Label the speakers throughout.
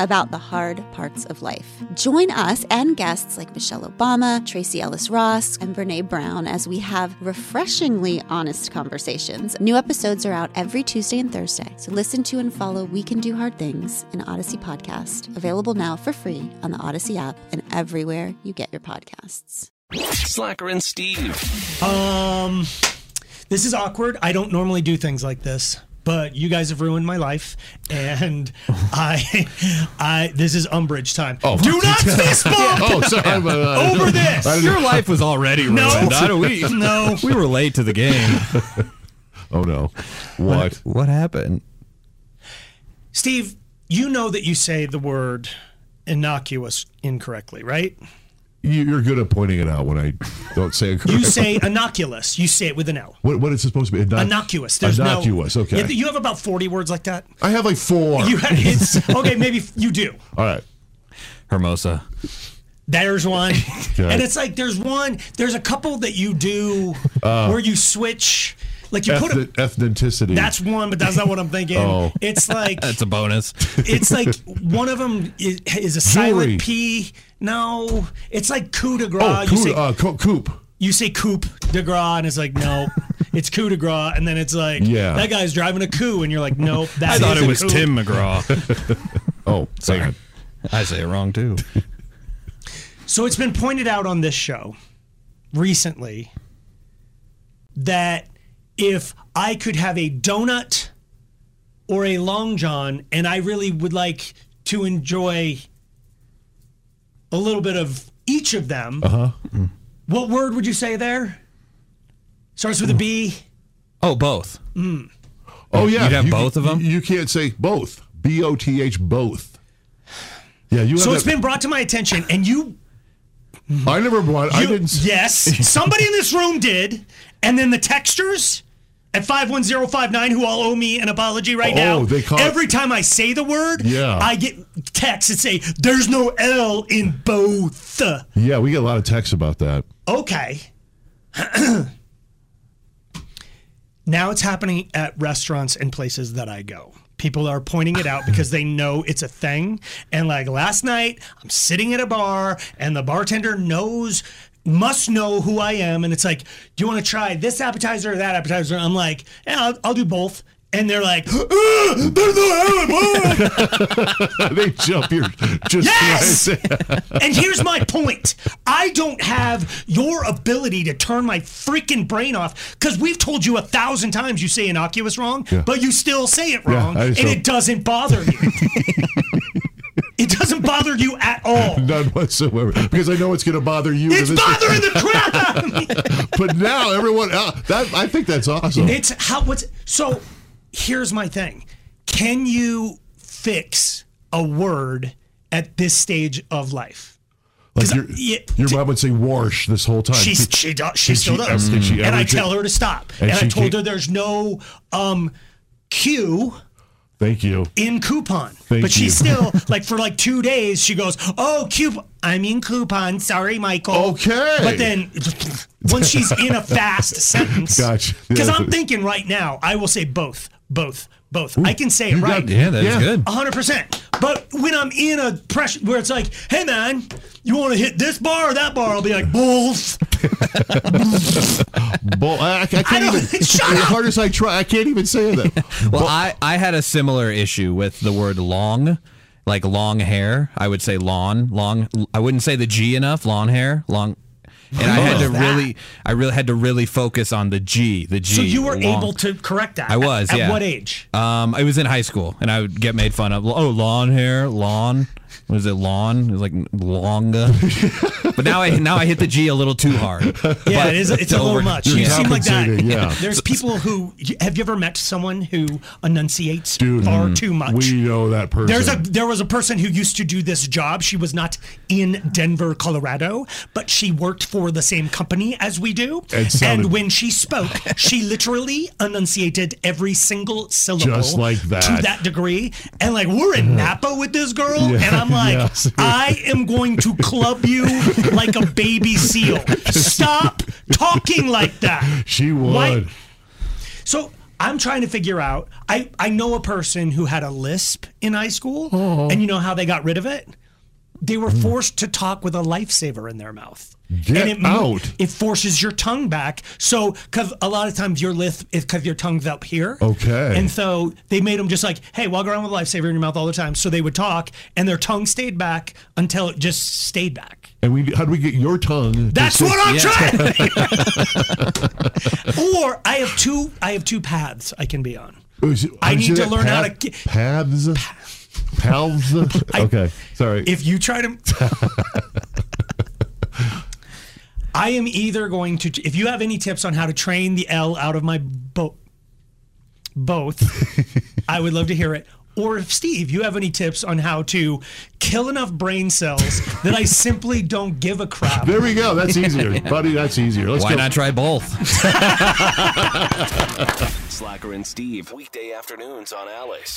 Speaker 1: about the hard parts of life. Join us and guests like Michelle Obama, Tracy Ellis Ross, and Brene Brown as we have refreshingly honest conversations. New episodes are out every Tuesday and Thursday. So listen to and follow We Can Do Hard Things, an Odyssey podcast, available now for free on the Odyssey app and everywhere you get your podcasts.
Speaker 2: Slacker and Steve.
Speaker 3: Um, this is awkward. I don't normally do things like this, but you guys have ruined my life, and I, I this is umbrage time. Oh, do not fist bump
Speaker 4: Oh, sorry.
Speaker 5: uh,
Speaker 3: over this.
Speaker 4: Your life was already ruined.
Speaker 3: No.
Speaker 4: Not a week.
Speaker 3: No.
Speaker 4: We were late to the game.
Speaker 5: Oh no. What?
Speaker 6: What happened?
Speaker 3: Steve, you know that you say the word innocuous incorrectly, right?
Speaker 5: You- You're good at pointing it out when I don't say it correctly.
Speaker 3: You say innocuous. You say it with an L.
Speaker 5: what, what is it supposed to be? Innoc-
Speaker 3: Innocuous. There's
Speaker 5: innocuous.
Speaker 3: No,
Speaker 5: Okay.
Speaker 3: Yeah, You have about forty words like that.
Speaker 5: I have like
Speaker 4: Uh,
Speaker 5: four.
Speaker 3: You have, it's, okay, maybe you do.
Speaker 5: All right.
Speaker 4: Hermosa.
Speaker 3: There's one. And it's like there's one, there's a couple that you do
Speaker 4: Oh.
Speaker 3: where you switch like you put a,
Speaker 5: Ethni- ethnicity.
Speaker 3: that's one, but that's not what I'm thinking.
Speaker 5: Oh.
Speaker 3: It's like
Speaker 4: That's a bonus.
Speaker 3: it's like one of them is, is a silent
Speaker 5: Jewelry.
Speaker 3: P. No, it's like coup de grace.
Speaker 5: oh,
Speaker 3: you
Speaker 5: coup,
Speaker 3: say
Speaker 5: uh, co- coop.
Speaker 3: you say coup de grace, and it's like no, it's coup de grace, and then it's like
Speaker 5: Yeah.
Speaker 3: that guy's driving a coup, and you're like nope. That
Speaker 4: I thought
Speaker 3: is
Speaker 4: it
Speaker 3: a
Speaker 4: was
Speaker 3: coup.
Speaker 4: Tim McGraw.
Speaker 5: Oh, sorry.
Speaker 4: I say it wrong too.
Speaker 3: So it's been pointed out on this show recently that if I could have a donut or a long john and I really would like to enjoy a little bit of each of them, uh-huh. what word would you say there? Starts with a B.
Speaker 4: Oh, both.
Speaker 5: Oh yeah.
Speaker 4: You'd have
Speaker 5: You-
Speaker 4: both of 'em?
Speaker 5: You can't say both. B O T H both. Yeah, you.
Speaker 3: So
Speaker 5: have
Speaker 3: it's
Speaker 5: that-
Speaker 3: been brought to my attention, and you
Speaker 5: I never brought. I
Speaker 3: You-
Speaker 5: didn't. s-
Speaker 3: Yes, somebody in this room did. And then the textures at 51059 who all owe me an apology right
Speaker 5: Oh,
Speaker 3: now.
Speaker 5: they call it-
Speaker 3: Every time I say the word,
Speaker 5: Yeah.
Speaker 3: I get texts that say, there's no L in both.
Speaker 5: Yeah, we get a lot of texts about that.
Speaker 3: Okay. now it's happening at restaurants and places that I go. People are pointing it out because they know it's a thing. And like last night, I'm sitting at a bar and the bartender knows, must know who I am. And it's like, do you want to try this appetizer or that appetizer? I'm like, yeah, I'll, I'll do both. And they're like, "Ah, there's no Allen Wood."
Speaker 5: they jump your just
Speaker 3: Yes!
Speaker 5: right.
Speaker 3: and here's my point I don't have your ability to turn my freaking brain off because we've told you a thousand times you say innocuous wrong,
Speaker 5: Yeah.
Speaker 3: but you still say it wrong
Speaker 5: I
Speaker 3: and
Speaker 5: just don't-
Speaker 3: it doesn't bother you. it doesn't bother you at all.
Speaker 5: None whatsoever, because I know it's going to bother you.
Speaker 3: It's
Speaker 5: and this-
Speaker 3: bothering the crap out of me.
Speaker 5: But now everyone, uh, that I think that's awesome.
Speaker 3: It's how what's so here's my thing. Can you fix a word at this stage of life?
Speaker 5: Like your,
Speaker 3: yeah,
Speaker 5: your mom would say "warsh" this whole time.
Speaker 3: She's, she does. She
Speaker 5: did
Speaker 3: still
Speaker 5: she ever-
Speaker 3: does.
Speaker 5: did she
Speaker 3: and
Speaker 5: ever
Speaker 3: I
Speaker 5: do-
Speaker 3: tell her to stop. And,
Speaker 5: And
Speaker 3: I
Speaker 5: she
Speaker 3: told
Speaker 5: ca-
Speaker 3: her there's no um, Q
Speaker 5: Thank you.
Speaker 3: in coupon.
Speaker 5: Thank
Speaker 3: but she
Speaker 5: you.
Speaker 3: still like for like two days. She goes, "Oh, coupon. I mean coupon. Sorry, Michael."
Speaker 5: Okay.
Speaker 3: But then once she's in a fast sentence,
Speaker 5: Gotcha.
Speaker 3: Because
Speaker 5: Yeah.
Speaker 3: I'm thinking right now, I will say both, both, both. I can say it
Speaker 5: You got-
Speaker 3: right. Oh.
Speaker 4: Yeah, that's
Speaker 5: Yeah.
Speaker 4: good.
Speaker 3: A hundred percent. But when I'm in a pressure where it's like, hey man, you want to hit this bar or that bar? I'll be like, both.
Speaker 5: Bull, I, I can't
Speaker 3: I don't-
Speaker 5: even.
Speaker 3: Shut
Speaker 5: as
Speaker 3: up!
Speaker 5: hard as I try, I can't even say that.
Speaker 4: Well, I, I had a similar issue with the word long, like long hair. I would say lawn, long. I wouldn't say the G enough. Lawn hair, long. And I had to really, I really had to really focus on the G, the G.
Speaker 3: So you were
Speaker 4: long.
Speaker 3: able to correct that.
Speaker 4: I was,
Speaker 3: At
Speaker 4: yeah.
Speaker 3: what age?
Speaker 4: Um, I was in high school, and I would get made fun of. Oh, lawn hair, lawn. Was it lawn? It was like longa. but now I now I hit the G a little too hard.
Speaker 3: Yeah, it is. It's a little
Speaker 4: over-
Speaker 3: much.
Speaker 4: you're
Speaker 3: You seem like that.
Speaker 5: compensating, yeah.
Speaker 3: There's people who. Have you ever met someone who enunciates
Speaker 5: Dude,
Speaker 3: far
Speaker 4: mm-hmm.
Speaker 3: too much?
Speaker 5: We know that person.
Speaker 3: There's a there was a person who used to do this job. She was not in Denver, Colorado, but she worked for the same company as we do.
Speaker 5: It sounded-
Speaker 3: and when she spoke, she literally enunciated every single syllable
Speaker 5: Just like that. Uh-huh.
Speaker 3: to that degree. And like we're in Napa with this girl, and I'm like,
Speaker 5: yes.
Speaker 3: I am going to club you like a baby seal. Stop talking like that.
Speaker 5: She would.
Speaker 3: Why- so I'm trying to figure out. I, I know a person who had a lisp in high school,
Speaker 5: Oh.
Speaker 3: and you know how they got rid of it? They were forced to talk with a lifesaver in their mouth.
Speaker 5: Hmm. Get
Speaker 3: and it, mo-
Speaker 5: out.
Speaker 3: It forces your tongue back. So, because a lot of times your lisp is because your tongue's up here.
Speaker 5: Okay.
Speaker 3: And so they made them just like, hey, walk around with a lifesaver in your mouth all the time. So they would talk, and their tongue stayed back until it just stayed back.
Speaker 5: And we how do we get your tongue?
Speaker 3: That's
Speaker 5: to
Speaker 3: what I'm
Speaker 4: Yeah.
Speaker 3: trying. or I have two. I have two paths I can be on.
Speaker 5: Is it-
Speaker 3: I
Speaker 5: is
Speaker 3: need
Speaker 5: it
Speaker 3: to learn how to
Speaker 5: path-
Speaker 3: ki-
Speaker 5: paths. Paths. okay, sorry.
Speaker 3: If you try to. I am either going to. If you have any tips on how to train the L out of my bo- both, I would love to hear it. Or if Steve, you have any tips on how to kill enough brain cells that I simply don't give a crap.
Speaker 5: there we go. That's easier, buddy. That's easier. Let's
Speaker 4: Why
Speaker 5: go.
Speaker 4: not try both?
Speaker 2: Slacker and Steve, weekday afternoons on Alice.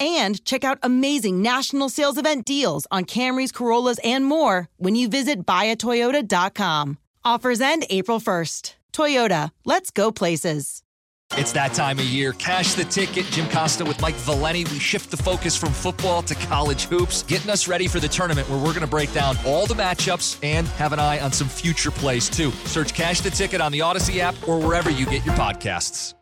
Speaker 6: and check out amazing national sales event deals on Camrys, Corollas, and more when you visit buyatoyota.com. Offers end April 1st. Toyota, let's go places.
Speaker 7: It's that time of year. Cash the ticket. Jim Costa with Mike Valeni. We shift the focus from football to college hoops, getting us ready for the tournament where we're going to break down all the matchups and have an eye on some future plays, too. Search Cash the Ticket on the Odyssey app or wherever you get your podcasts.